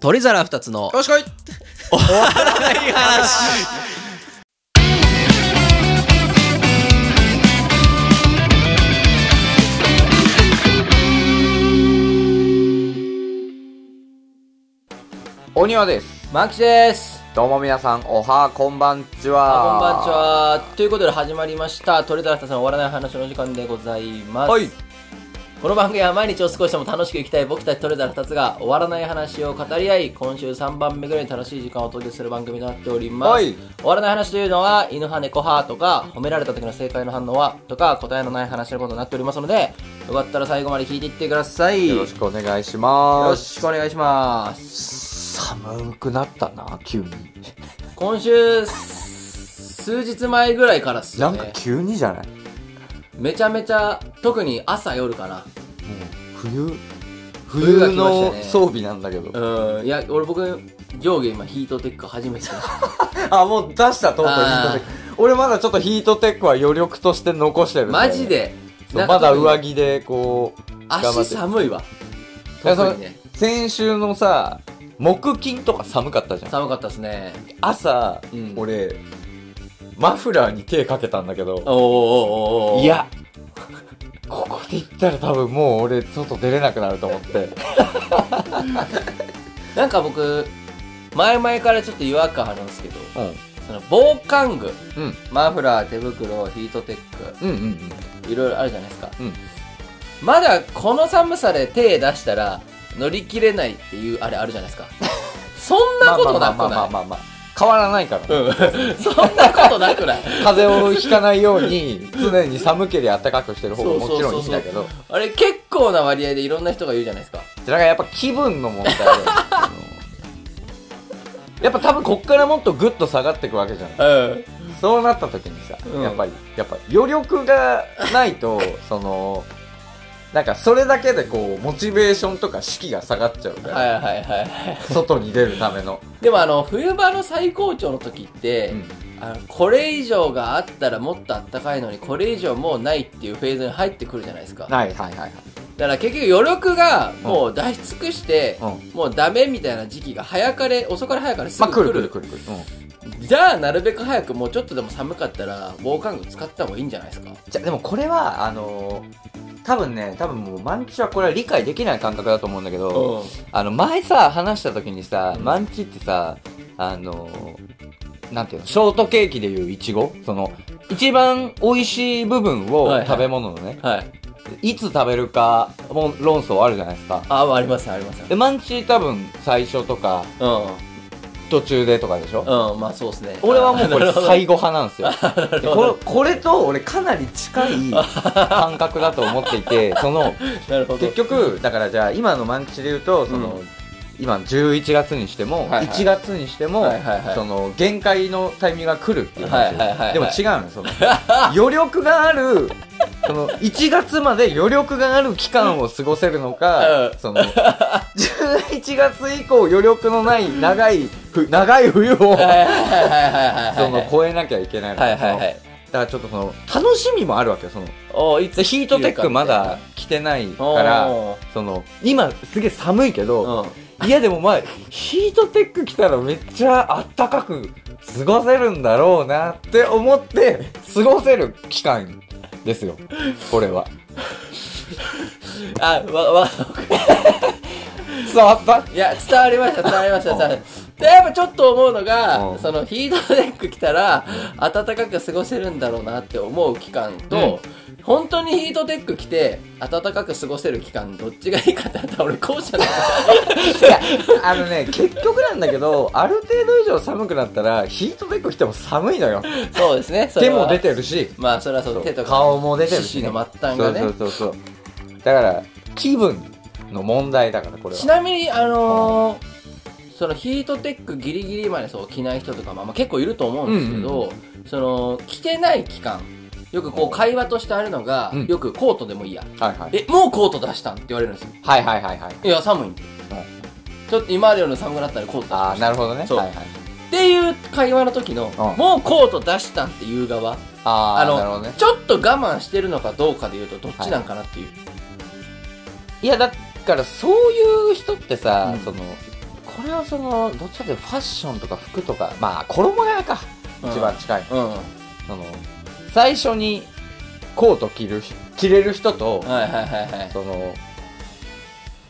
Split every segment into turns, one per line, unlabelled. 取り皿二つの
よしこい
終わらない話
お庭です。
マキシです
どうも皆さん、おはこんばんち
こ
は。
んばんちはということで始まりました「鳥だらたさん終わらない話」の時間でございます、
はい。
この番組は毎日を少しでも楽しく生きたい僕たち鳥だらたつが終わらない話を語り合い今週3番目ぐらいに楽しい時間をお届けする番組となっております、
はい
終わらない話というのは犬派猫派とか褒められた時の正解の反応はとか答えのない話のことになっておりますのでよかったら最後まで聞いていってください
よろしくお願いします。
よろしくお願いします
寒くなったな、急に。
今週数日前ぐらいからっす
な
よ
んか
ね
急にじゃない、
めちゃめちゃ特に朝夜かな
冬、
冬が来ましたね
の装備なんだけど。
うんいや俺僕上下今ヒートテック初め て
あ、もう出した、とうとうヒートテック。俺まだちょっとヒートテックは余力として残してるんよね
マジで
そうまだ上
着
着で、こう、頑張
足
ってる
寒いわ
いやその
特にね
先週のさ、木金とか寒かったじゃん。
寒かったですね
朝、
うん
俺、マフラーに手かけたんだけど、
おーおーおーおー
いや、 ここで行ったら多分もう俺外出れなくなると思って。
なんか僕前々からちょっと違和感あるんですけど
うん。
その防寒具
うん。
マフラー手袋ヒートテック
うんうんうん。
いろいろあるじゃないですか、
うん
まだこの寒さで手出したら乗り切れないっていうあれあるじゃない ですかそんなことなく
まあま
な
あ
い
まあまあまあ。変わらないから、ね。
そんなことなくない
風邪をひかないように、常に寒気で暖かくしてる方がもちろんいいんだけど、
あれ結構な割合でいろんな人が言うじゃないですか
だからやっぱ気分の問題だよやっぱ多分こっからもっとグッと下がっていくわけじゃない
うん
そうなった時にさ、
うん
やっぱり、やっぱ余力がないと、その、なんかそれだけでこう、モチベーションとか士気が下がっちゃうから、
はいはいはいはい
外に出るための。
でもあの冬場の最高潮の時って、
うん
あのこれ以上があったらもっとあったかいのにこれ以上もうないっていうフェーズに入ってくるじゃないですかだか
はいはいはいはい。
ら結局余力がもう出し尽くして、
うん
もうダメみたいな時期が早かれ遅かれ早かれす
まあ
ぐ来
来
る,、
る来る来る来る。うん
じゃあなるべく早くもうちょっとでも寒かったら防寒具使った方がいいんじゃないですか
じゃ、でもこれは、あのー多分ね、多分もう、万吉はこれは理解できない感覚だと思うんだけど、あの、前さ、話した時にさ、万吉ってさ、あのーなんていうの、ショートケーキでいうイチゴその、一番美味しい部分
はい
を
はい
食べ物のね、
はい
いつ食べるかも論争あるじゃないですか。
ああありますあります
で、マンチ多分最初とか
う
途中でとかでしょ、
んうんまあそうですね
俺はもうこ れ最後派なんですよ。
なる
で
ほ
こ
ど
れこれと俺かなり近い感覚だと思って いて、その、
なるほど
結局、だからじゃあ今のマンチで言うと、その、
うん
今11月にしても、
はいはい
1月にしても、
はいはいはい
その限界のタイミングが来るっていう
は
話、
いはいはいはい
でも違うのその余力があるその1月まで余力がある期間を過ごせるのか、
うん
その11月以降余力のない長いふ長い冬を そ
はいはいはいはいはい
の越えなきゃいけないのか、
はいはいはい
そのだからちょっとその楽しみもあるわけよその
おい
でヒートテックまだ着てないから
おー
その今すげえ寒いけど、
うん
いやでもまあ、ヒートテック着たらめっちゃあったかく過ごせるんだろうなって思って、過ごせる期間で すよ。これは。
あわわ
伝わった
いや伝わりました伝わりました伝わりましたでやっぱちょっと思うの
う
が
ん
そのヒートテック着たら暖かく過ごせるんだろうなって思う期間と、本当にヒートテック着て暖かく過ごせる期間どっちがいいかってなったら俺後者だ
いや、あのね、結局なんだけど、ある程度以上寒くなったら、ヒートテック着ても寒いのよ。
そうですねそれ
手
は
も出てるし、
まあそれはそう手とか
顔も出てるし、
四肢の末端がね
そうそうそうそう。だから、気分の問題だから、これ
ち
は。
なみにあのーそのヒートテックギリギリまでそう着ない人とかも、まあ、結構いると思うんですけど、その着てない期間よくこ
うん
う会話としてあるのが、
うん
よくコートでもいいや
はいはい。
えもうコート出したんって言われるんですよ
はいはいはいはい。
いや寒いんで、
はい
ちょっと今までより寒くなったらコート出し
あ
ま
あ、
し
な
た
るほどね。
そう
はいはい。
っていう会話の時の、
ん
もうコート出したんっていう側
あ
あ
あ、
の
なるほどね。
ちょっと我慢してるのかどうかで言うとどっちなんかなっていう、
いや、だからそういう人ってさ、
うん
その、これはその、どっちかというとファッションとか服とか、まあ、衣替えか。一番近い。
うん。
その、最初にコート着る人、着れる人と、
はいはいはいはい。
その、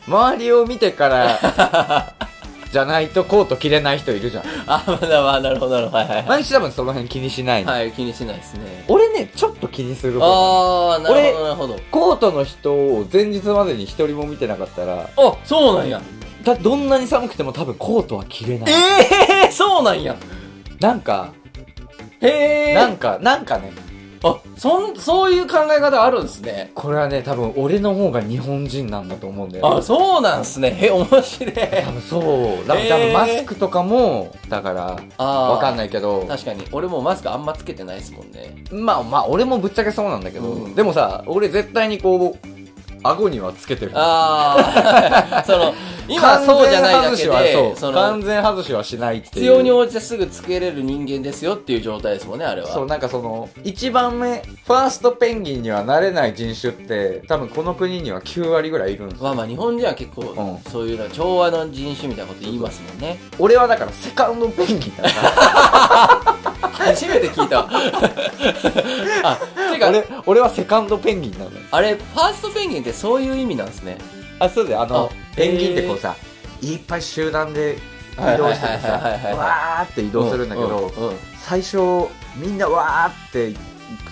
周りを見てから、 じゃないとコート着れない人いるじゃん。
あ、まだまあ、なるほどなるほど。はいはいは
毎日多分その辺気にしない
い。
の。
はい、気にしないですね。
俺ね、ちょっと気にする方。
あー、なるほどなるほど。
コートの人を前日までに一人も見てなかったら、
あ、そうなんや。
だどんなに寒くても多分コートは着れない。
ええー、そうなんや。
なんか、
へえ。
なんか、なんかね、
あ、そん、そういう考え方あるんですね。
これはね、多分俺の方が日本人なんだと思うんだよ、ね。
あ、そうなんすね。え、面白い。
多分そう。だ
えー
多分マスクとかも、だから、
あ
わかん
ない。
ないけど、
確かに。俺もマスクあんまつけてないですもんね。
まあまあ、俺もぶっちゃけそうなんだけど、
うん
でもさ、俺絶対にこう、顎にはつけてる。
あ あ、その、今そうじゃないだけ
完全外しは
で、
そ。
そう
完
の、
全外しはしないっていう。
必要に応じてすぐつけれる人間ですよっていう状態ですもんね、あれは。
そう、なんかその、一番目、ファーストペンギンにはなれない人種って、多分この国には9割ぐらいいるんですよ。
まあまあ日本人は結構、
う
そういうの調和の人種みたいなこと言いますもんね。
俺はだからセカンドペンギンだか
初めて聞い たわ。あ、て
ら。
か、
俺、俺はセカンドペンギンなんだよ。
あれ、ファーストペンギンってそういう意味なんですね。
あ、そうだよ。あの
あ、
ペンギンってこうさ、いっぱい集団で移動しててさ、
はいはいはいはいはい
わーって移動するんだけど、
うんうん
最初、みんなわーって、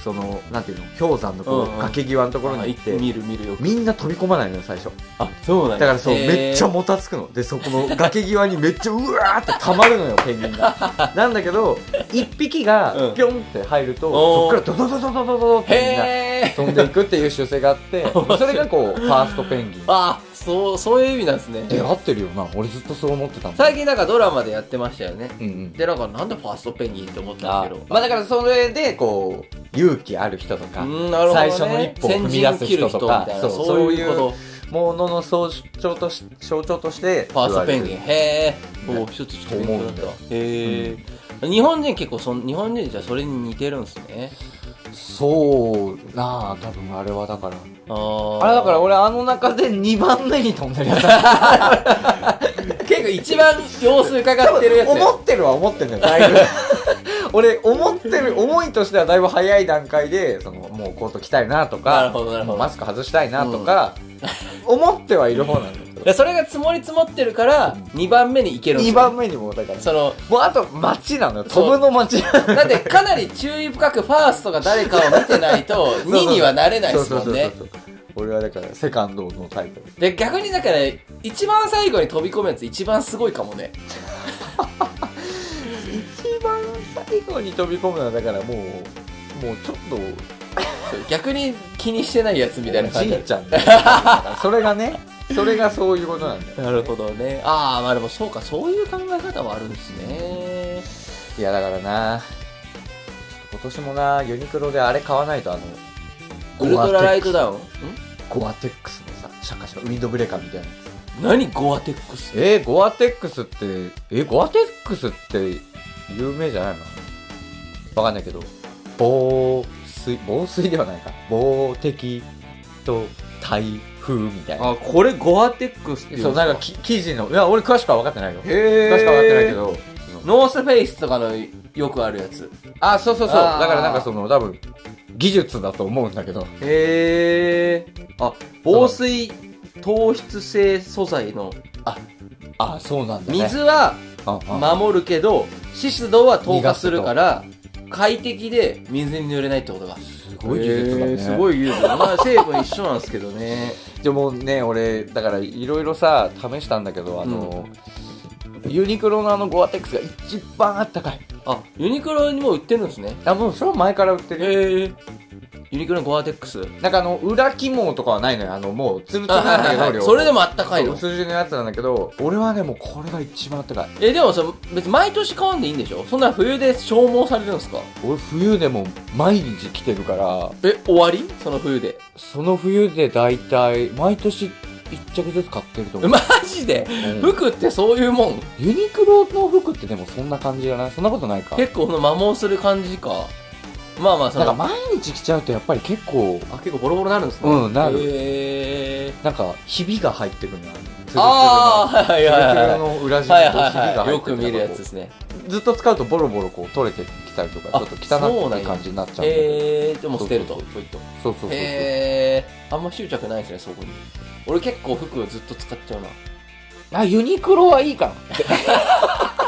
その、なんていうの、氷山の
うん
こ
う
うん崖際のところに行って、
見る見るよく。
みんな飛び込まないのよ、最初。
あ、そうなん
だからそう、
へー
めっちゃもたつくの。で、そこの崖際にめっちゃうわーって溜ま るのよ、ペンギンが。なんだけど、一匹が
うん
ぴょんって入ると、
おー
そっからドドドドドドドってみんな
へー。
飛んでいくっていう習性が あって、それがこう、ファーストペンギン。
あ、そう、そういう意味なんですね。
出会ってるよな。俺ずっとそう思ってたんだ。
最近なんかドラマでやってましたよね。
うんうん。
で、なんかなんでファーストペンギンって思った
あ
んですけど。
まあだからそれでこう勇気ある人とか
うん、なるほど、ね。
最初の一歩を踏み出す人とか
先人切る人みたい
そ
な
う
そう
そうい
いう
う
こと。
ものの象徴とし象徴として
ファーストペンギン。
言わ
へえ。
ね
もう一つちょっと勉強になったわへ
思。
え。日本人結構そん、日本人じゃそれに似てるんですね。
れてるそうなあ多分あれはだから
あー
あれだから、俺あの中で2番目に飛んでるや つ
結構一番様子伺ってるやつ。
思ってるは思ってるんだよだいぶ 俺思ってる思いとしてはだいぶ早い段階でそのもうコート着たいなと
なる
か
ほどなるほど
マスク外したいなとか、思ってはいる方なんだけど
でそれが積もり積もってるから、2番目に行けるんです
2
よ
番目にもうだから
その、
もうあと街なのよ。飛ぶの街な のよ。
だってかなり注意深くファーストが誰かを見てないと、2にはなれないですもんね
そう。そうそうそう。俺はだからセカンドのタイプ。
で、逆にだから、一番最後に飛び込むやつ一番すごいかもね。
一番最後に飛び込むのはだからもう、もうちょっと、
そう逆に気にしてないやつみたいな感
じ
じ。
いちゃんだよだからそれがね、それがそういうことなんだよ。
なるほどね。ああ、まあでもそうか、そういう考え方もあるんですね。
いやだからな、今年もな、ユニクロであれ買わないとあの、
ウルトラライト
だ。
ダウンん
ゴアテックスのさ、シャカシャカ、ウィンドブレーカーみたいなやつ。
何ゴアテックス
えー、ゴアテックスって、えー、ゴアテックスって有名じゃないのわかんないけど、防水、防水ではないか。防滴と台風みたいな。
あ、これゴアテックスってい
そう、なんかき記事の、いや、俺詳しくは分かってないよ。詳し
へ
くは分かってないけど。
ノースフェイスとかのよくあるやつ。
あ、そうそうそう。
あー
だからなんかその、多分、技術だと思うんだけど。
へえ。あ、防水糖質性素材の。
あ、そうなんだね。
水は
あ、あ
守るけど、湿度は透過するから、快適で水に濡れないってことが。
すごい技術だね。
へーすごい技術だ。まあ成分一緒なんですけどね。
でもね、俺、だからいろいろさ、試したんだけど、あの、ユニクロのあのゴアテックスが一番あったかい。
あ、ユニクロにも売ってるんですね。
あ、もうそれは前から売ってるよ。
へえ。ユニクロのゴアテッ クス。
なんかあの、裏起毛とかはないのよ。あの、もう、ツルツル
あは
なんだけ
い
ど
は、いはいそれでもあったかいの。
数字のやつなんだけど、俺はね、もうこれが一番あったかい。
え、でもさ、別に毎年買わんでいいんでしょそんな冬で消耗されるんですか
俺、冬でも毎日着てるから、
え、終わりその冬で。
その冬で大体、毎年一着ずつ買ってると思う。
マジで
うん
服ってそういうもん
ユニクロの服ってでもそんな感じじゃないそんなことないか。
結構この摩耗する感じか。まあまあ、そ
なんか
の、
毎日着ちゃうとやっぱり結構、
あ、結構ボロボロになるんですね。
うんなる
へえ。
なんか、ひびが入ってくるのよつるつるの
ああ、はい
ツル
はいはい
ツル
は
の裏地
い。はい
にこうひび
はい
が
はい。
入
よ
って
く
て
見るやつですね。
ずっと使うとボロボロこう取れてきたりとか
あ
ちょっと汚くい感じになっちゃうんだけど
へえー、でも捨てると。
そう
ポイッと
そうそうそうそう
へえー、あんま執着ないですね、そこに。俺結構服ずっと使っちゃうな。
あユニクロはいいか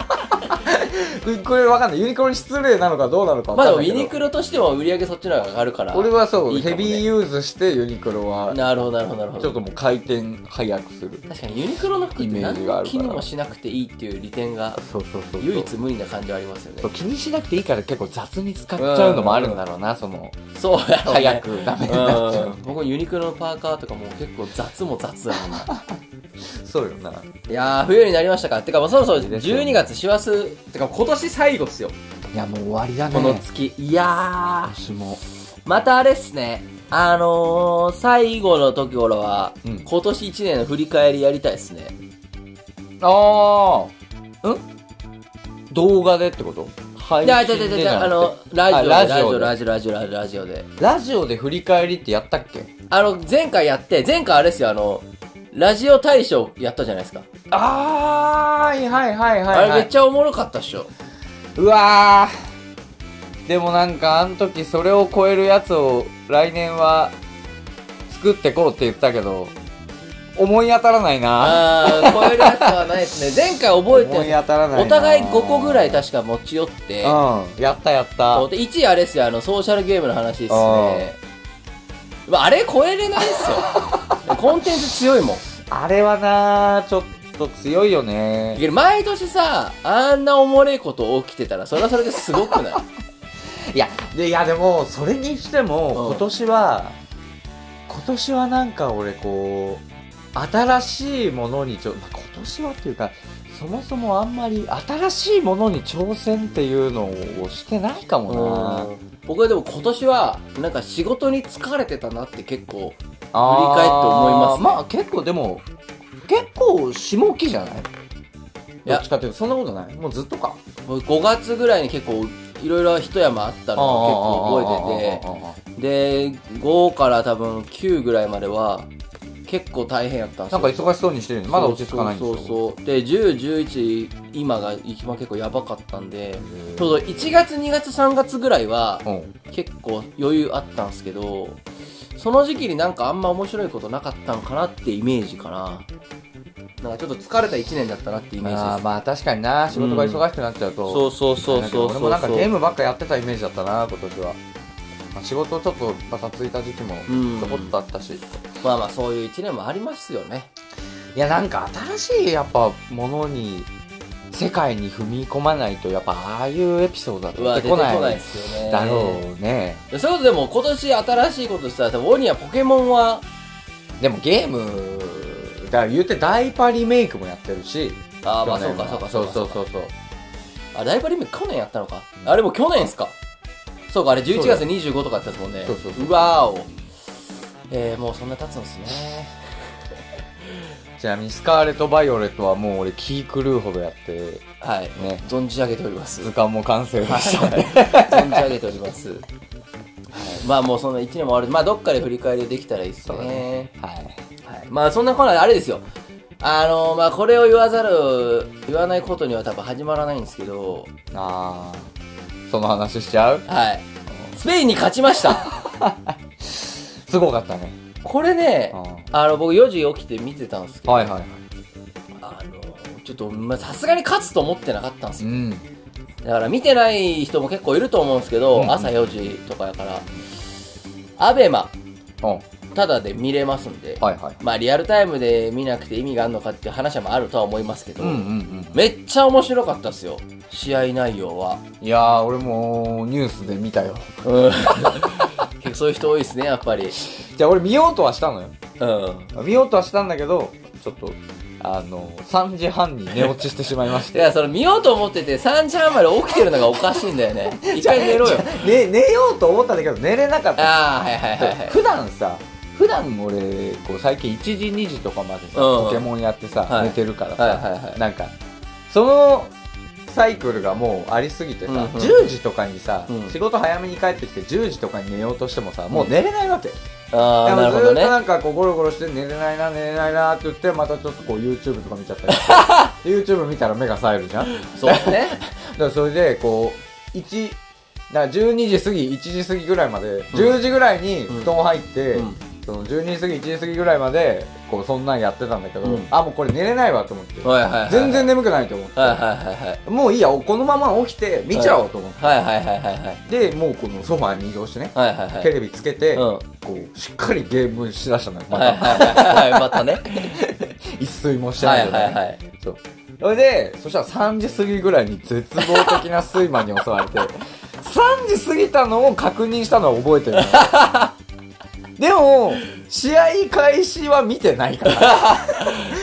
なこれわかんないユニクロに失礼なのかどうなのかわ
まあ
か
で
ん
も
ない
ユ
けど、
ニクロとしては売り上げそっちの方が上がるから。
俺はそう
いいか
ヘ
もね
ビーユーズしてユニクロは
なるほど、なるほど、なるほ
ちょっ
ど。
ともう回転早くする
確かにユニクロの服って
イメー
何
ジがあ
の
る
気
から
にもしなくていいっていう利点が
そうそうそうそう
唯一無二な感じはありますよね
そう。気にしなくていいから結構雑に使っちゃうのもあるんだろうな、その
そうやろうね
早くダメになっちゃう
うん僕ユニクロのパーカーとかも結構雑も雑だもん な
そうよない
やー冬になりましたかてかもうそろそろ
いいですよ
12月師走
てか今年最後っすよ。
いやもう終わりだね
この月。
いや
私も
ーまたあれっすねあのー、最後の時頃は、
うん
今年1年の振り返りやりたいっすね
ああん動画でってこと配
いやいや
信
いやい
でじ
や
ゃ
あ
な
の
くて
ラジオでラ
あラジ
ジ
オ
オ
で
ラジオラジオラジオラジオで
ラジオで振り返りってやったっけ
あの前回やって前回あれっすよあのラジオ大賞やったじゃないですか、
あーはいはいはいはい、
あ
は
れ
い
めっちゃおもろかったっしょ
うわーでもなんかあの時それを超えるやつを来年は作ってこうって言ったけど思い当たらないな
ああ超えるやつはない ですね前回覚えて
思い
る
当たらないな
お互い5個ぐらい確か持ち寄って、
うんやったやった
そうで1位あれですよあのソーシャルゲームの話ですねまああれ超えれないっ すよコンテンツ強いもん
あれはなちょっと強いよね
毎年さあんなおもれいこと起きてたらそれはそれですごく ない
いやでいやでもそれにしても
うん
今年は、今年はなんか俺こう新しいものにちょ、まあ、今年はっていうかそもそもあんまり新しいものに挑戦っていうのをしてないかもな
僕はでも今年はなんか仕事に疲れてたなって結構
あー
振り返って思いますね
まあ結構でも結構下期じゃないど
や
っちかっていうとそんなことないもうずっとか
5月ぐらいに結構いろいろ一山あったのを結構覚えてて
覚えて
で5から多分9ぐらいまでは結構大変やったんです
な
よ
んか忙しそうにしてるのまだ落ち着かないんです
そ
よ
うそうそうそうで1011今が一番結構やばかったんでちょうど1月2月3月ぐらいは
うん
結構余裕あったんですけどその時期になんかあんま面白いことなかったんかなってイメージかななんかちょっと疲れた1年だったなってイメージです
あーまあ確かにな仕事が忙しくなっちゃうと、
そうそうそうそうそう
俺もなんかゲームばっかやってたイメージだったな今年は、まあ仕事ちょっとバタついた時期も
うん
ちょこっとあったし、い
まあまあそういう1年もありますよね
やなんか新しいやっぱものに世界に踏み込まないとやっぱああいうエピソードは
うわ
出
出
て
てこ
こ
ない
ない
ですよね
だろうね
うそういうことでも今年新しいことしたら多分オニアポケモンは
でもゲームだから言うてダイパリメイクもやってるし
ああまあ
去
そう
年
か
は
そうか
そう
か
そうそうそう
あ、ライブリム去年やったのか。あれもう去年っすか。そうか、あれ11
そうだ
月25とかやったっすもんね。
そうそうそう
わーお。えー、もうそんな経つんですね。
ちなみにスカーレット・バイオレットはもう俺キー狂うほどやって
はい。
ね
存じ上げております。
図
はい。
鑑も完成でしたね
存じ上げております。はいまあもうそんな1年もあるまあどっかで振り返りできたらいいっす
そうだ
ね
ね。はい
はい。まあそんなこんなであれですよ。あのまあこれを言わざる、言わないことには多分始まらないんですけど、
あーその話しちゃう
はい。スペインに勝ちました。
すごかったね
これね、あの僕4時起きて見てたんですけど、
はいはいはい
あのちょっとまあさすがに勝つと思ってなかったんです
う
よ
ん
だから見てない人も結構いると思うんですけど、
うん
朝4時とかやからアベマ
お
ただで見れますんで、
はいはい
まあリアルタイムで見なくて意味があるのかっていう話もあるとは思いますけど、
うんうんうん
めっちゃ面白かったですよ試合内容は、
いやー俺もニュースで見たよ
結 構そういう人多いですねやっぱり
じゃあ俺見ようとはしたのよ
うん
見ようとはしたんだけどちょっとあの3時半に寝落ちしてしまいまし
い
て
やそれ見ようと思ってて3時半まで起きてるのがおかしいんだよね一回寝ろよ
ね寝ようと思ったんだけど寝れなかった
ああはいはいはいはい
普段さ普段俺こう最近1時2時とかまでさ、
うん
ポケモンやってさ、
はい
寝てるからさ、
はいはいはい
なんかそのサイクルがもうありすぎてさ、
うんうん
10時とかにさ、
うん
仕事早めに帰ってきて10時とかに寝ようとしてもさもう寝れないわけ、
ああ、なるほど
ずーっと
ね。
なんかこうゴロゴロして寝れないな寝れないなって言ってまたちょっとこう YouTube とか見ちゃったりして YouTube 見たら目が冴えるじゃんだか
そうですね。
らそれでこう1だから12時過ぎ1時過ぎぐらいまで、10時ぐらいに布団入って、
うん
その12時過ぎ1時過ぎぐらいまでこうそんなんやってたんだけど、
うん
あもうこれ寝れないわと思って、
はいはいはい。
全然。眠くないと思って、
はいはいはいはい。
もういいやこのまま起きて見ちゃおうと思って、
はいはいはいはいはい。
でもうこのソファーに移動してね、
はいはいはい。
テレビつけて、
うん
こうしっかりゲームしだしたのよまた、
はいはいはいはい。またね。
一睡もして
は
ない
い
のね
はいはい。
そうそれでそしたら3時過ぎぐらいに絶望的な睡魔に襲われ て3時過ぎたのを確認したのは覚えてる のでも試合開始は見てないから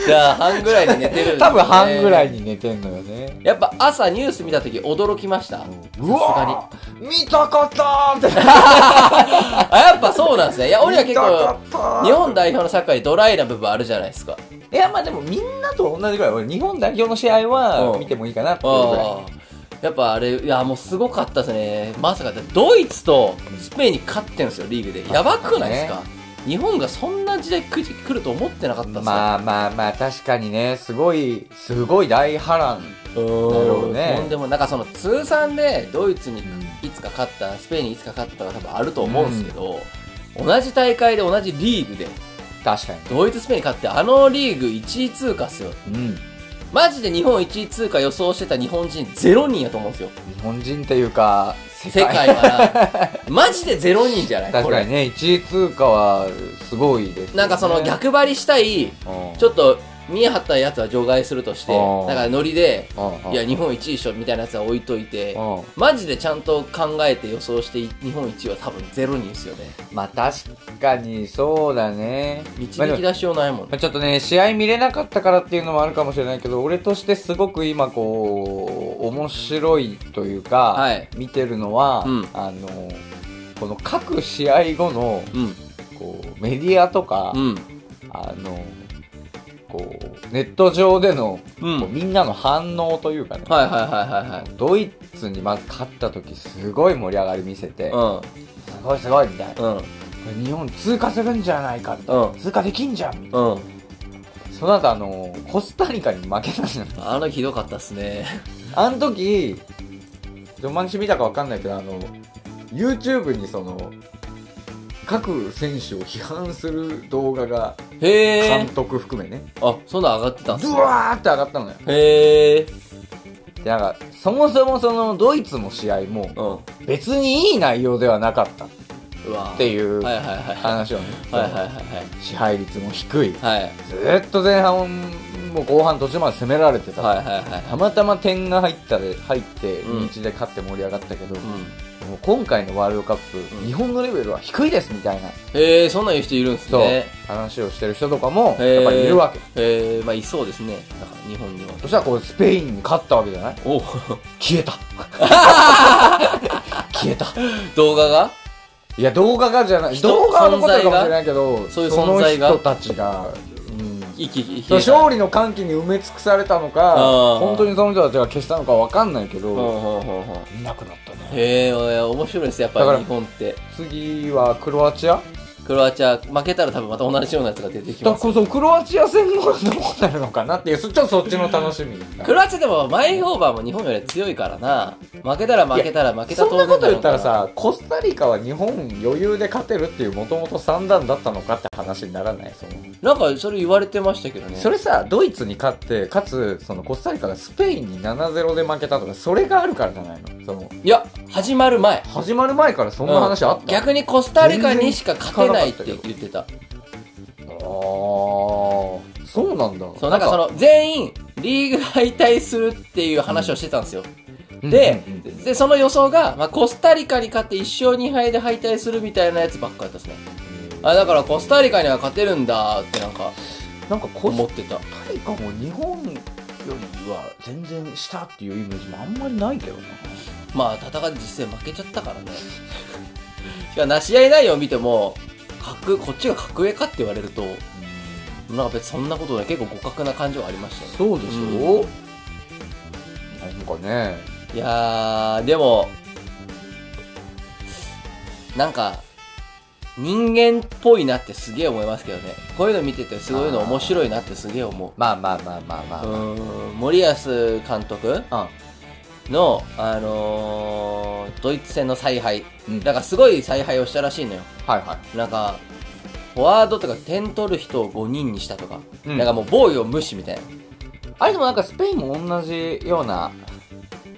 じゃあ、半ぐらいに寝てるんですね
多分半ぐらい。に寝てんのよね
やっぱ朝ニュース見た時驚きました。
うわ見たかったーって
あ、やっぱそうなんですね。いや、俺は結構、
見たかったー
日本代表のサッカーにドライな部分あるじゃないですか。
いやまあでもみんなと同じぐらい俺日本代表の試合は
うん
見てもいいかなっていうぐらい
ああ。やっぱあれ、いや、もうすごかったですね。まさか、ドイツとスペインに勝ってんですよ、リーグで。やばくないですか、日本がそんな時代くじ来ると思ってなかったっすね。
まあまあまあ確かにねすごいすごい大波乱
なる
ほどね
でもなんかその通算でドイツにいつか勝った、スペインにいつか勝ったが多分あると思うんですけど、同じ大会で同じリーグで、
確か
ドイツスペインに勝ってあのリーグ1位通過っすよ。
にうん
マジで日本1位通過予想してた日本人0人やと思うんですよ。
日本人っていうか世
世界から。マジで0人じゃない
確
こ
か
れ。
にね1位通過はすごいです、ね、
なんかその逆張りしたい、
うん
ちょっと見え張ったやつは除外するとして、
あー
だからノリで、
うんうん
いや日本1位っしょみたいなやつは置いといて、
うん
マジでちゃんと考えて予想して日本一は多分ゼロ人ですよね
まあ確かにそうだねまあで
導
も
き出しようないもん
ま
ね
あちょっとね試合見れなかったからっていうのもあるかもしれないけど俺としてすごく今こう面白いというか、
はい
見てるのは、
うん
あのこの各試合後の
うん
こうメディアとか、
うん
あのこうネット上での、
うん
こうみんなの反応というかね、
はいはいはいはいはい
ドイツにまず勝った時すごい盛り上がり見せて、
う
すごいすごいみたいな、
んうん
日本通過するんじゃないかみたいな、
うん
通過できんじゃんみたい
うん
なその後あのコスタリカに負けたじゃん
あのひどかったっすね
あの時どんまんち見たかわかんないけどあの YouTube にその各選手を批判する動画が
へ
監
え
督含めね、
あそんなん上がってたんす
ド
ね
ワーって上がったのよ
へえ
でなんかそもそもそのドイツの試合も
うん
別にいい内容ではなかったっ
うわ
ていう
はいはいはいは
話をね、
いはいはい
支配率も低い
はいはい
ずーっと前半も後半途中まで攻められてた、
はいはいはい
たまたま点が入ったで入って
うん
日で勝って盛り上がったけど、も
う
う今回のワールドカップ、
うん
日本のレベルは低いですみたいな、
んへえそんなん言う人いるんす
そう
ね
話をしてる人とかも
へー
やっぱりいるわけ、
へえまあいそうですねだから日本には
そしたらこうスペインに勝ったわけじゃない
お
消えた消えた
動画が
いや動画がじゃない
人
動画のことかもしれないけど
存在がそういう存在が
その人たちが、うん、
生き生き
そう勝利の歓喜に埋め尽くされたのか
あー
本当にその人たちが消したのかわかんないけ
うんう
ど、
んうんうん
いなくなったね
へえ面白いですやっ
だか
ぱ
ら
り日本って
次はクロアチア
クロアチア負けたら多分また同じようなやつが出てき
だ
ます
こそクロアチア戦もどうなるのかなっていうそちょっとそっちの楽しみ
クロアチアでもマイオーバーも日本より強いからな負けたら負けたら負けた
そんな
当然だろう
こと言ったら
から
さコスタリカは日本余裕で勝てるっていうもともと三段だったのかって話にならないそ
な
の
んかそれ言われてましたけどね
それさドイツに勝ってかつそのコスタリカがスペインに7-0で負けたとかそれがあるからじゃないのその
いや始まる前
始まる前からそんな話あった、
うん逆にコスタリカにしか勝てないって言ってた
ああそうなんだ
そうなんかその全員リーグ敗退するっていう話をしてたんですよ、
うん
で
うんうんうん
でその予想が、まあ、コスタリカに勝って1勝2敗で敗退するみたいなやつばっかりだったですねあだからコスタリカには勝てるんだってなんか
なんかコ
思
ス
ってた
タリカも日本よりは全然下っていうイメージもあんまりないけどな
まあ戦い実際負けちゃったからね しかもな試合内容を見ても格こっちが格上かって言われるとなんか別にそんなことで結構互角な感じはありましたね
そうでしょ、
うん
なんかね
いやーでもなんか人間っぽいなってすげえ思いますけどね。こういうの見てて、すごいの面白いなってすげえ思
まあまあまあまあま
う。うん、森保監督
あ。
の、あのードイツ戦の采配。
うん。うん。
なんかすごい采配をしたらしいのよ。
はいは
なんか、フォワードとか点取る人を5人にしたとか、
うん
なんかもう防御を無視みたいな。
い。あれでもなんかスペインも同じような、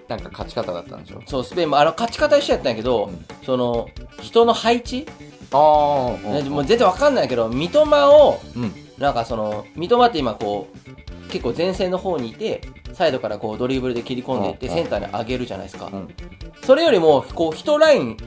なんか勝ち方だったんでしょ
そう、スペインも、あの、勝ち方一緒やったんやけど、
うん
その、人の配置、
ああ、
ねもう全然わかんないけど、三笘を、
うん。
なんかその、三笘って今こう、結構前線の方にいて、サイドからこうドリブルで切り込んでいって、
うん
センターに上げるじゃないですか。
うん。
それよりも、こう、一ライン、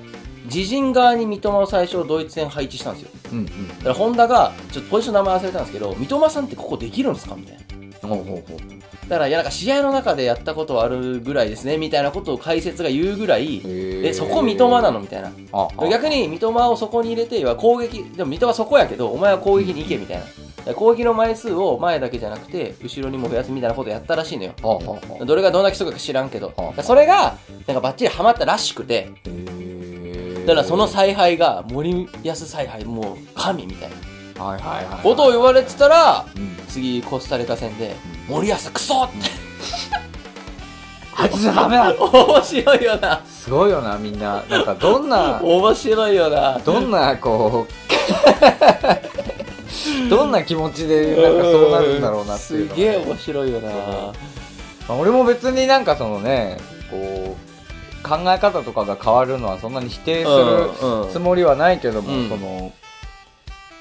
自陣側に三笘を最初ドイツ戦配置したんですよ。
うん。
だからホンダが、ちょっとポジションの名前忘れたんですけど、三笘さんってここできるんですかみたいな。
うん。ほうほうほう。
だから、いや、なんか試合の中でやったことはあるぐらいですね、みたいなことを解説が言うぐらい、
え
え、そこ三笘なのみたいな。
ああ
逆に三笘をそこに入れて、要は攻撃、でも三笘そこやけど、お前は攻撃に行け、みたいな。だから攻撃の枚数を前だけじゃなくて、後ろにも増やすみたいなことやったらしいのよ。
ああ、ああ。
どれがどんな基礎か知らんけど。だ
あ
からそれが、なんかバッチリハマったらしくて、
へー
だからその采配が森保采配、もう神みたいな
はいはいはい。
ことを言われてたら、
うん。
次コスタリカ戦で、森保クソって。
あいつじゃダメだ
面白いよな。
すごいよな、みんな。なんかどん な、
面白いよな。
どんな、 こう、どんな気持ちで、なんかそうなるんだろうなっていうの
す
が
げえ面白いよな。
まあ俺も別になんかそのね、こう、考え方とかが変わるのはそんなに否定す
うんうん
るつもりはないけども、
うん
その、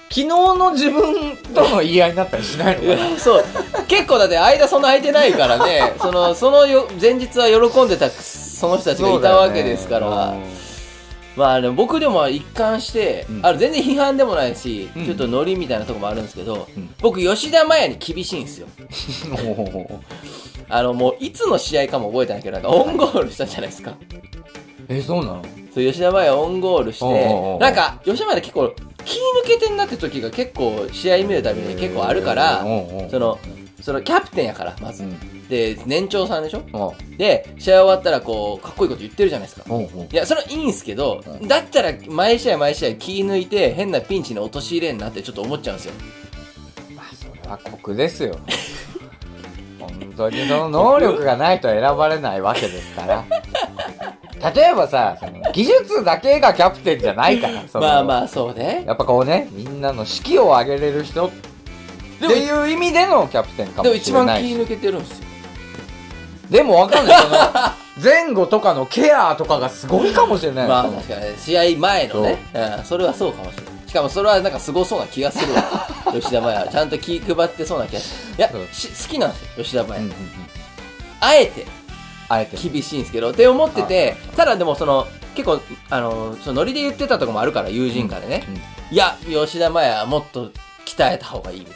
昨日の自分との言い合いになったりしないの
い
かな
やそう結構だって間そんな空いてないからね そのそのよ前日は喜んでたその人たちがいたわけですから、まあでも僕でも一貫して、
うん
あの全然批判でもないし、
うん
ちょっとノリみたいなとこもあるんですけど、
うん
僕吉田麻也に厳しいんですよ
そうだよねうんおー
あのもういつの試合かも覚えてないけどなんかオンゴールしたじゃないですか
え、そうなの
そう吉田麻也オンゴールして
おうおうおう
なんか吉田麻也って結構気抜けてんなって時が結構試合見るたびに 結構あるから、
うんうんうん
そのそのキャプテンやからまず、
うん
で年長さんでしょ
あ
で、試合終わったらこう、かっこいいこと言ってるじゃないですか。
おうおう
いや、それはいいんすけど
う、
だったら毎試合毎試合気抜いて変なピンチに陥れんなってちょっと思っちゃうんですよ。
まあそれは酷ですよ 本当にその能力がないと選ばれないわけですから例えばさその技術だけがキャプテンじゃないからその
まあまあ、そうね。
やっぱこうねみんなの士気を上げれる人っていう意味でのキャプテンか
で
も
も
し
一
れ
番気
ないし
抜けてるんですよ。
でもわかんないその前後とかのケアとかがすごいかもしれない、
まあ
その
確かにね、試合前のね、うん、それはそうかもしれない。しかもそれはなんかすごそうな気がする わ。吉田麻也は。ちゃんと気配ってそうな気がする。いや
そう、
し好きなんですよ、吉田麻
うんうん
也。
うん
あえて
あえて
厳しいんですけど、って思ってて、ただでもその、結構、あの、そのノリで言ってたとこもあるから、友人間でね。
うん
いや、吉田麻也はもっと鍛えた方がいいみたいな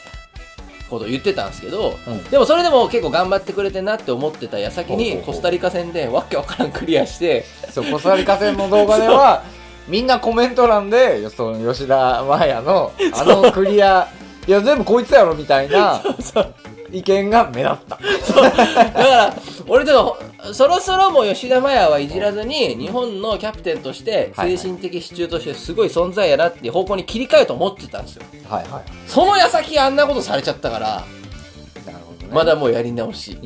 ことを言ってたんですけど、
うん
でもそれでも結構頑張ってくれてんなって思ってた矢先
ほう
に
ほうほ
コ
う
スタリカ戦でわけわからんクリア して、
そう、コスタリカ戦の動画では、みんなコメント欄で、よその吉田麻也 の、あのクリア、いや、全部こいつやろみたいな意見が目立った。
だから、俺でも、そろそろもう吉田麻也はいじらずに、日本のキャプテンとして、
はいは
精
い
神的支柱としてすごい存在やなっていう方向に切り替えようと思ってたんですよ。
はいは
その矢先あんなことされちゃったから、
い。なるほどね。
まだもうやり直し。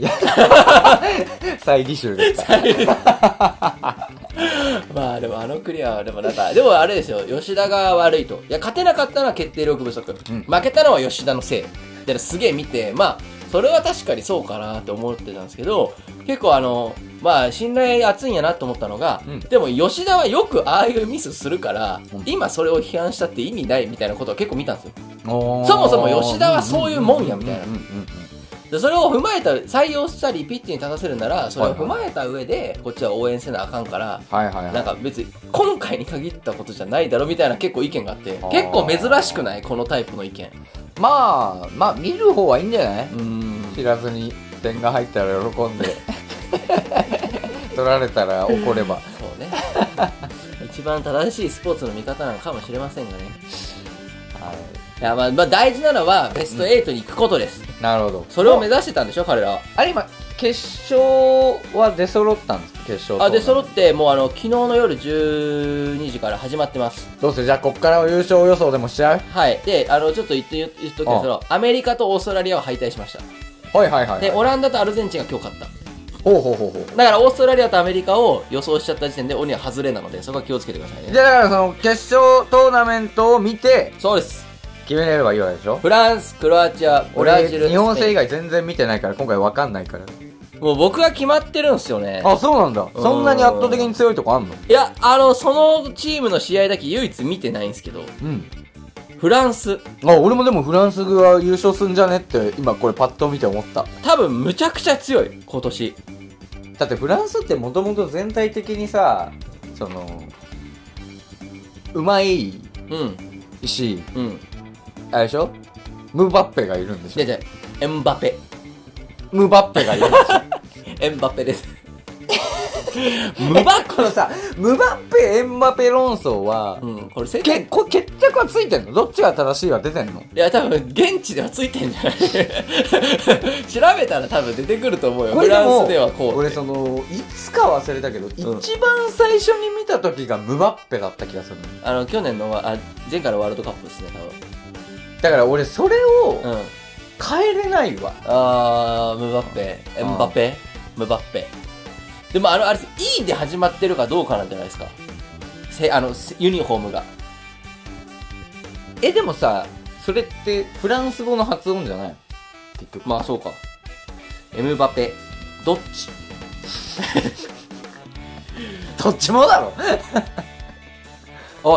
再履修ですか。
まあでもあのクリアはでもなんか、でもあれですよ、吉田が悪いと。いや、勝てなかったのは決定力不足。
ん
負けたのは吉田のせい。だからすげえ見て、まあ、それは確かにそうかなって思ってたんですけど、結構あの、まあ、信頼厚いんやなと思ったのが、
うん
でも吉田はよくああいうミスするから、
うん
今それを批判したって意味ないみたいなことを結構見たんですよ。
おー
そもそも吉田はそういうもんやみたいな
うんうんうんうん
でそれを踏まえた、採用したりピッチに立たせるなら、それを踏まえた上で、こっちは応援せなあかんから、
はいはい
なん
は
か別に今回に限ったことじゃないだろみたいな結構意見があって
ー
結構珍しくないこのタイプの意見
い。まあ、まあ、見る方はいいんじゃない
うん
知らずに点が入ったら喜んで、 取られたら怒れば。
そうね 一番正しいスポーツの見方なのかもしれませんがね
はい
やまあまあ大事なのはベスト8に行くことです、
い。なるほど。
それを目指してたんでしょ彼らは
あれ今、決決勝は出揃ったんですか決勝
あ、で、揃ってて、もうあの、昨日の夜12時から始まってます。
どうするじゃあこっから優勝予想でもしちゃう
はい。で、あの、ちょっと言って、言っときますけど、アメリカとオーストラリアは敗退しました。
はいはいはい、はい、
で、オランダとアルゼンチンが今日勝った。
ほうほうほうほう
だから、オーストラリアとアメリカを予想しちゃった時点で、鬼は外れなので、そこは気をつけてください
じ
ね。
ゃあだからその決勝トーナメントを見て
そうです。
決めれればいいわけでしょ
フランス、クロアチア、ブラジル、
俺日本
スペイン
戦以外全然見てないから今回わかんないから
もう僕は決まってるんですよね。
あそうなんだそんなに圧倒的に強いとこあんの
いや、あの、そのチームの試合だけ唯一見てないんですけど、
うん
フランス、
あ俺もでもフランスが優勝すんじゃねって今これパッと見て思った
多分むちゃくちゃ強い、今年。
だってフランスってもともと全体的にさそのうまい
うん、
し
うん。
あれでしょムバッペがいるんでし
じゃ
ょ
じゃエンバペ。
ムバッペがいるん でしょ
エンバペです。ムバッ
このさムバッペエンバペ論争は、
うん、これ世界
けこ決着はついてんのどっちが正しいは出てんの
いや、多分、現地ではついてんじゃない 調べたら多分出てくると思うよ。
こ
フ
れで
ラン
も
スではこう。
俺そのいつか忘れたけど、
ん
一番最初に見た時がムバッペだった気がするの
あの、去年のわ、あ、前回のワールドカップですね、
だから俺それ
多分。
を
うん。
変えれないわ、
あー、ムバッペ、エンバペ、ムバッペ。でも、あの、あれ、E で始まってるかどうかなんじゃないですか。せ、あの、せユニフォームが。
えでもさそれってフランス語の発音じゃないの結局
まあ、そうか。エムバペ、どっち
どっちもだろ
あ、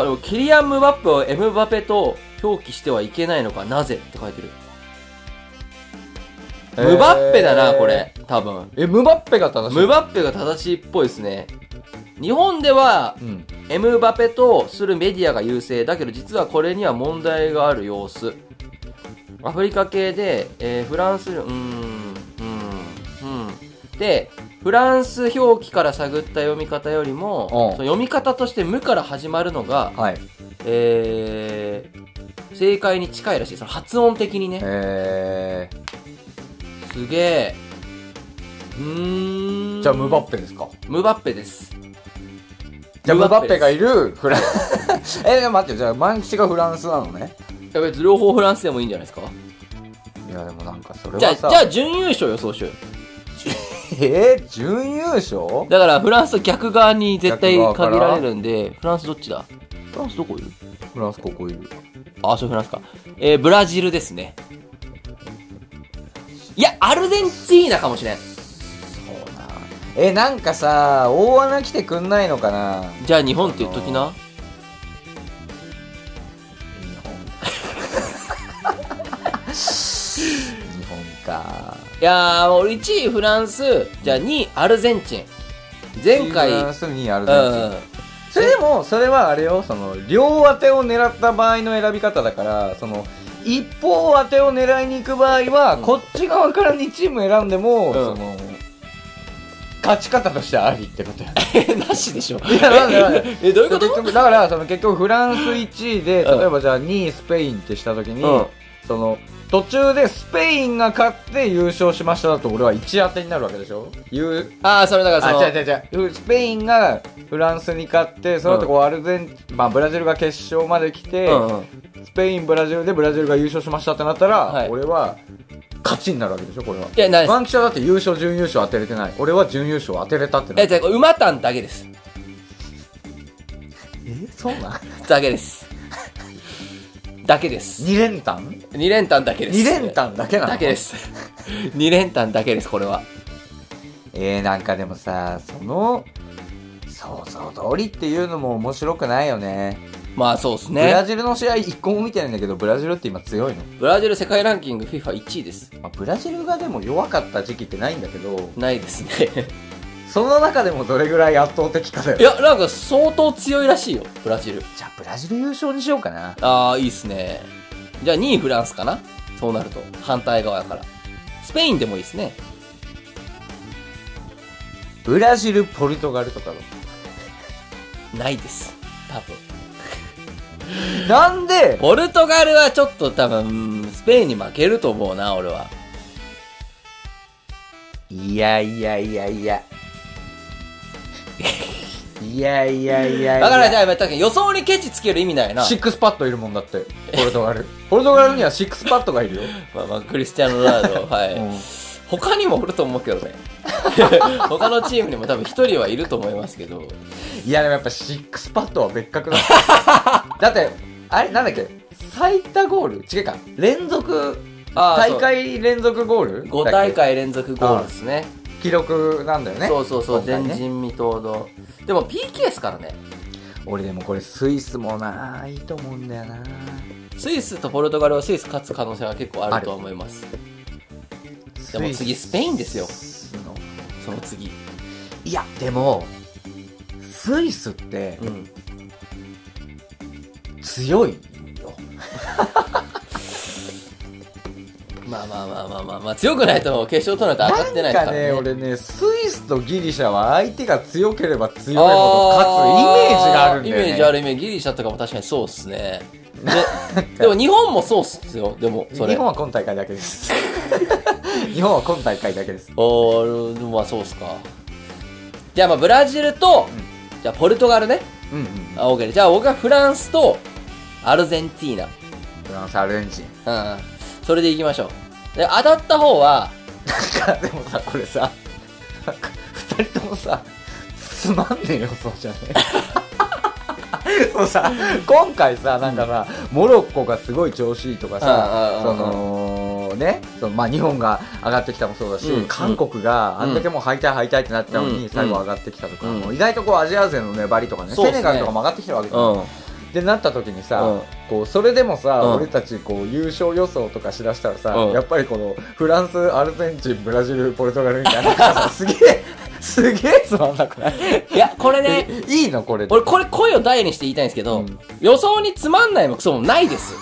でも、キリアン・ムバッペをエムバペと表記してはいけないのか、なぜって書いてる。ムバッペだな、これ。多分。
えムバッペが正しい
ムバッペが正しいっぽいですね。日本では、
うん
エムバペとするメディアが優勢だけど実はこれには問題がある様子アフリカ系で、えーフランスうーんうーんうんでフランス表記から探った読み方よりも
うん
その読み方として「無」から始まるのが、
はい
えー正解に近いらしいその発音的にね
え
すげえうー
ー、
ん
じゃあムバッペですか
ムバッペです
じゃあムバッペが
い
いるフラン えでも待ってじゃあマンキシがフランスなのね
や別に両方フランスでもいいんじゃないですか
いやでもなんかそれ
じゃあ、
は
じ
さ
ゃあ準優勝予想しようよ
えー、準優勝
だからフランスと逆側に絶対
逆側
限
から
られるんで、フランスどっちだフランスどこいる
フランスここいる
あ、そうフランスか。えー、ブラジルですね。いや、アルゼンチーナかもしれん。
えなんかさ大穴来てくんないのかな
じゃあ日本って言っときな。
日本日本か
いやー、俺1位フランス、じゃあ2位アルゼンチン。前回、
フ
う
ラン
ん。
スにあるそれでもそれはあれよその両当てを狙った場合の選び方だからその一方当てを狙いに行く場合は、
うん
こっち側から2チーム選んでも、
ん
その勝ち方としてはありってことや
え、 なしでしょ。
いやなんでなんで
え、どういうこ
結
と
局だからその結局フランス1位で
うん
例えばじゃあ2位スペインってした時に、
うん
その途中でスペインが勝って優勝しましただと俺は1当てになるわけでしょ優
あー、それだからそ
あ
の、
違う違う違うスペインがフランスに勝ってその後こうアルゼン、まあ、ブラジルが決勝まで来て、
うんうん。
スペインブラジルでブラジルが優勝しましたってなったら、
はい
俺は勝ちになるわけでしょこれはい
や、ないです
マンキシャだって優勝準優勝当てれてない俺は準優勝当てれたってな
え、
る
じゃあ、馬たんだけです。
えそうなん
だけです。だけです。
2連単
二連単だけです。
二連単だけなの
だけです。 二連単だけです、これは。
えー、なんかでもさその想像通りっていうのも面白くないよね
まあそうです
ブラ
ね。
ジルの試合一個も見てないんだけどブラジルって今強いの、
ブラジル世界ランキング FIFA1 位です。
まあ、ブラジルがでも弱かった時期ってないんだけど
ないですね。
その中でもどれぐらい圧倒的かだ よ
いや、なんか相当強いらしいよ、ブラジル。
じゃあブラジル優勝にしようかな
ああ、いいっすね。じゃあ2位フランスかなそうなると。反対側だから。スペインでもいいですね。
ブラジルポルトガルとかだ
ないです。多分。
なんで
ポルトガルはちょっと多分、うんスペインに負けると思うな、俺は。
いいやいやいやいや。いやいやいやいや。
だからじゃあやめたけど予想にケチつける意味ないな。
シックスパッドいるもんだって、 ポルトガル。ポルトガルにはシックスパッドがいるよ。
まあまあ、クリスティアーノ・ロナウド、 はい。
うん
他にもおると思うけ どね。他のチームにも多分一人はいると思いますけど。
いやでもやっぱシックスパッドは別格 だ。だって、あれなんだっけ最多ゴール違うか。連続、
あー
大会連続ゴール
5大。会連続ゴールですね。
だっけ記録なんだよね。
そうそうそう、
今回
前
ね
人未到の。でも PK ですからね。
俺でもこれスイスもなあいいと思うんだよな
スイスとポルトガルはスイス勝つ可能性は結構あるとは思います。でも次スペインですよ
スの
その次。
いやでもスイスって
うん。
強いよ、
まあまあまあまあまあ、まあ、強くないと決勝トーナメント当たってな
ないん
ですか
からね
ね。
俺ねスイスとギリシャは相手が強ければ強いほど勝つイメージがあるんだよね
イメージあるイメージギリシャとかも確かにそうっすね ででも日本もそうっすよでもそれ
日本は今大会だけです 日本は今大会だけです
おーでもまあそうっすかじゃあまあブラジルと、じゃあポルトガルね
うんうん
あ OK じゃあ僕はフランスとアルゼンティー
フランスアルゼンチン
ナうんそれでいきましょうで当たった方は
なんかでもさこれさなんか二人ともさつまんねえ予想じゃねえそうさ今回さなんかさ、モロッコがすごい調子いいとかさ、
うんうん
そのねそのまあ日本が上がってきたもそうだし、
うん
韓国があんだけもう敗退敗退ってなってたのに、
うん
最後上がってきたとか、
うん
もう意外とこうアジア勢の粘りとかね
そうっ
セ
すね
ネガルとかも上がってきてるわけじゃん
うん
ってなった時にさ、
うん
こうそれでもさ、
うん
俺たちこう優勝予想とかしだしたらさ、
うん
やっぱりこのフランスアルゼンチンブラジルポルトガルみたいな さすげえすげえつまんなくない
いやこれね
えいいのこれで
俺これ声を大にして言いたいんですけど、
うん
予想につまんないもクソもないです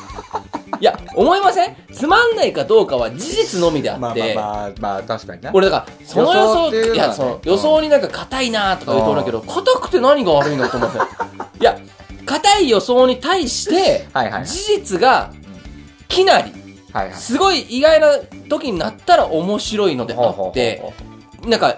いや思いませんつまんないかどうかは事実のみであ
ま
っ
あ
て、
まあまあまあ確かにな
俺だからその予想
予想っていうのはね
やその予想になんか硬いなとか言うと思うんだけど硬くて何が悪いのと 思っていや硬い予想に対して
はいはい
事実がきなり
はいはい
すごい意外な時になったら面白いのであってなんか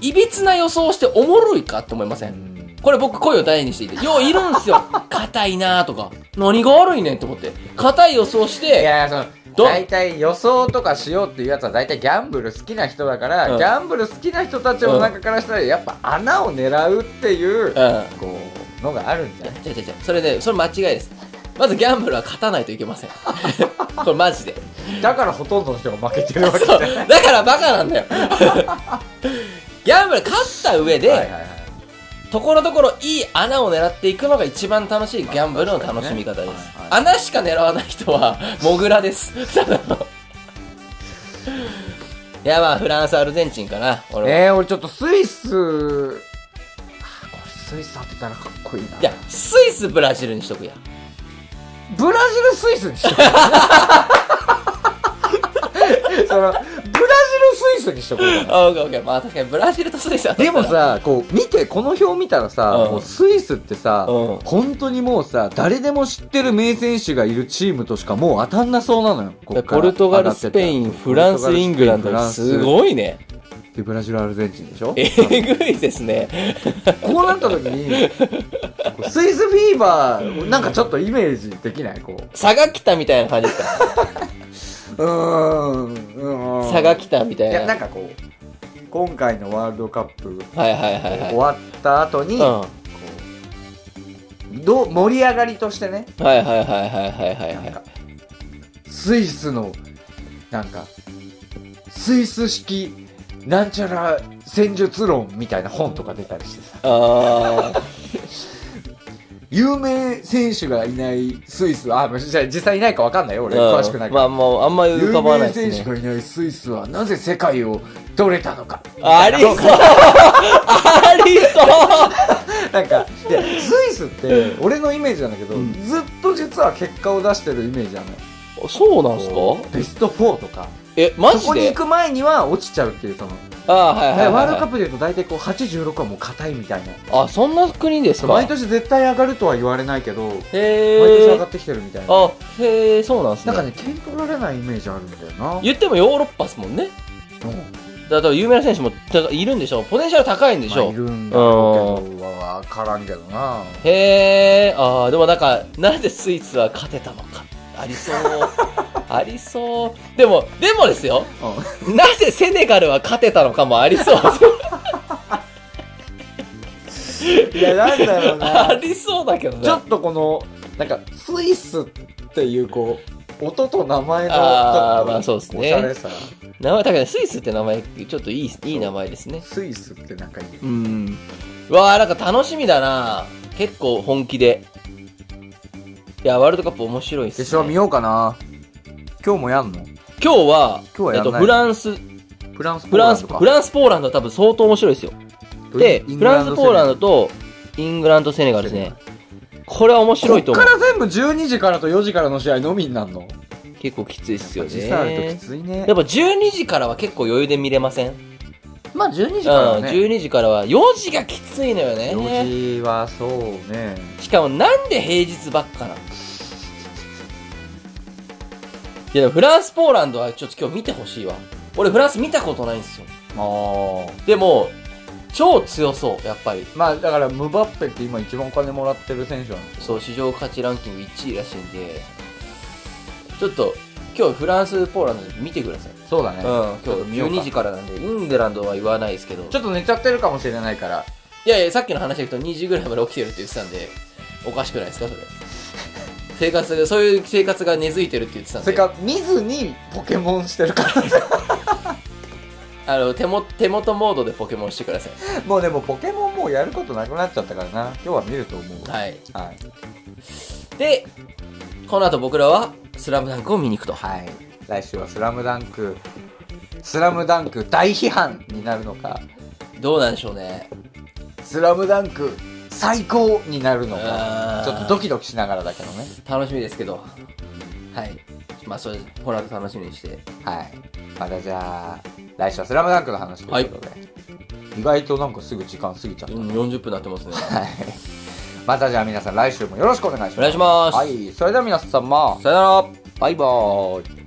いびつな予想しておもろいかと思いませ
うんん
これ僕声を大にしていて、よういるんすよ。 硬いなーとか、何が悪いねんと思って、硬い予想し
い
て、
やいやその
ど
大体予想とかしようっていうやつは大体ギャンブル好きな人だから、
うん
ギャンブル好きな人たちの中からしたらやっぱ穴を狙うっていう、
うん。いや、
こうのがあるんじゃない
違う違う違う。それね、それ間違いです。まずギャンブルは勝たないといけません。 これマジで。
だからほとんどの人が負けてるわけじ
そ
ゃ
う。
ない
だからバカなんだよ。 ギャンブル勝った上で、
はいはいはい
ところどころいい穴を狙っていくのが一番楽しいギャンブルの楽しみ方です。
まあ確かにねはいは
穴しか狙わない人 は、モグラです。ただの。いやまあフランス、アルゼンチンかな。俺は
えー、俺ちょっとスイス、あーこれスイス当てたらかっこいいな。
いや、スイス、ブラジルにしとくや。
ブラジルスイスにし とくその、ブラジルスイスにしとこうかな
あオッケーオッケー。まあ確かにブラジルとスイスは
でも、さ、こう、見て、この表見たらさ、
うん
もうスイスってさ、
うん
本当にもうさ、誰でも知ってる名選手がいるチームとしかもう当たんなそうなのよ。こっから
ポルトガル、
上がって
ス
ったら
ペイン、フランス、イングラン
ポルトガ
ド。
ルス
すごいね。
ペインフランスで、ブラジル、アルゼンチンでしょ
えぐいですね。
こうなった時に、こうスイスフィーバー、なんかちょっとイメージできないこう。
佐賀北みたいな感じですか。
うーん。うーん
佐賀北みた
いや、
いな。
なんかこう、今回のワールドカップ
はいはいはい
終
は
わった後に、
い。うん。は
どう盛り上がりとしてね、
いはいはいはいはいはい
なん
は
か、スイスの、なんか、スイス式、なんちゃら戦術論みたいな本とか出たりしてさ、
い。ああ。
有名選手がいないスイスは、あ、まあじゃあ実際いないかわかんないよ、俺。
うん
詳しくないから。
まあもう、あんまり浮かばないで
有名
す
選手
ね。
がいないスイスはなぜ世界を取れたのか
ありそうありそう
なんかいやスイスって俺のイメージなんだけど、
うん
ずっと実は結果を出してるイメージなのよ
そうなんすか
こうベスト4とか
え、マ
そ
ジ
こに行
で
く前には落ちちゃうっていうその、
ああ、はいはい
ワー
は
ルド
い
カ
は。
ップでいうと大体こう86はもう硬いみたいない
あ、そんな国ですか
毎年絶対上がるとは言われないけど毎
へ
年上
え
が。ってきてるみたいな、
あ、へえ、そうなんす
な
ね
んか。ね点取られないイメージあるんだよな
言ってもヨーロッパっすもんね。
うん
だから有名な選手もたいるんでしょポテンシャル高いんでし
まあ
ょ、
いるんだろうけど、わわからんけど な。
へえ、ああ、でもなんか、なぜスイスは勝てたのか。ありそう。ありそう。でも、でもですよ。なぜセネガルは勝てたのかもありそう。
いや、なんだろう
あ
な。
りそうだけどね。
ちょっとこの、なんか、スイスっていう、こう、音と名前の、
あー
ちょっと
まあそうっすね
おしゃれさ。
名前、だからスイスって名前、ちょっといい、いい名前ですね。
スイスってなんかいい。
うん。うわあ、なんか楽しみだな結構本気で。いや、ワールドカップ面白いっす、ね。
決勝見ようかな。今日もやんの
今日は、
今日は
え
や
っ
んな
と、
い
フランス、
フランス、
フランス、フランス、ポーランドは多分相当面白いですよ。
ン
で、フランス、ポーランドと、イングランド、セネガルですね。これは面白いと思う
こっ。から全部12時からと4時からの試合のみになんの
結構きついっすよ
時差あると
ね
き。ついね
やっ。ぱ12時からは結構余裕で見れませんうん、
まあ12時からはね。
12時からは4時がきついのよね。
4時はそうね。
しかもなんで平日ばっかなのいや、フランス、ポーランドはちょっと今日見てほしいわ。俺フランス見たことないんですよ。
ああ
でも、超強そう、やっぱり。
まあだからムバッペって今一番お金もらってる選手なの
そう、市場価値ランキング1位らしいんで、ちょっと、今日フランス、ポーランドで見てください。
そうだ
うん、
ねち
今日
見ようか
12時からなんで、イングランドは言わないですけど、
ょっと寝ちゃってるかもしれないから
いやいや、さっきの話だけど2時ぐらいまで起きてるって言ってたんで、おかしくないですか、それ。 生活が、そういう生活が根付いてるって言ってたん
それ
で、
か見ずにポケモンしてるから
あの手も手元モードでポケモンしてください。
もうでもポケモンもうやることなくなっちゃったからな今日は見ると思う
はい。
はい、
で、この後僕らは、スラムダンクを見に行くと。
はい、来週は「スラムダンクスラムダンク大批判になるのか
どうなんでしょうね。
「スラムダンク最高になるの
あ
か
ー
ちょっとドキドキしながらだけどね
楽しみですけど。はい。まあ、それ、この後楽しみにして。
はい。またじゃあ、来週はスラムダンクの話ということで。意外となんかすぐ時間過ぎちゃっ
うん40分になってますね。
た。はい。またじゃあ皆さん来週もよろしくお願いします。
お願いします
はい。それでは皆様、
さよなら
バイバーイ。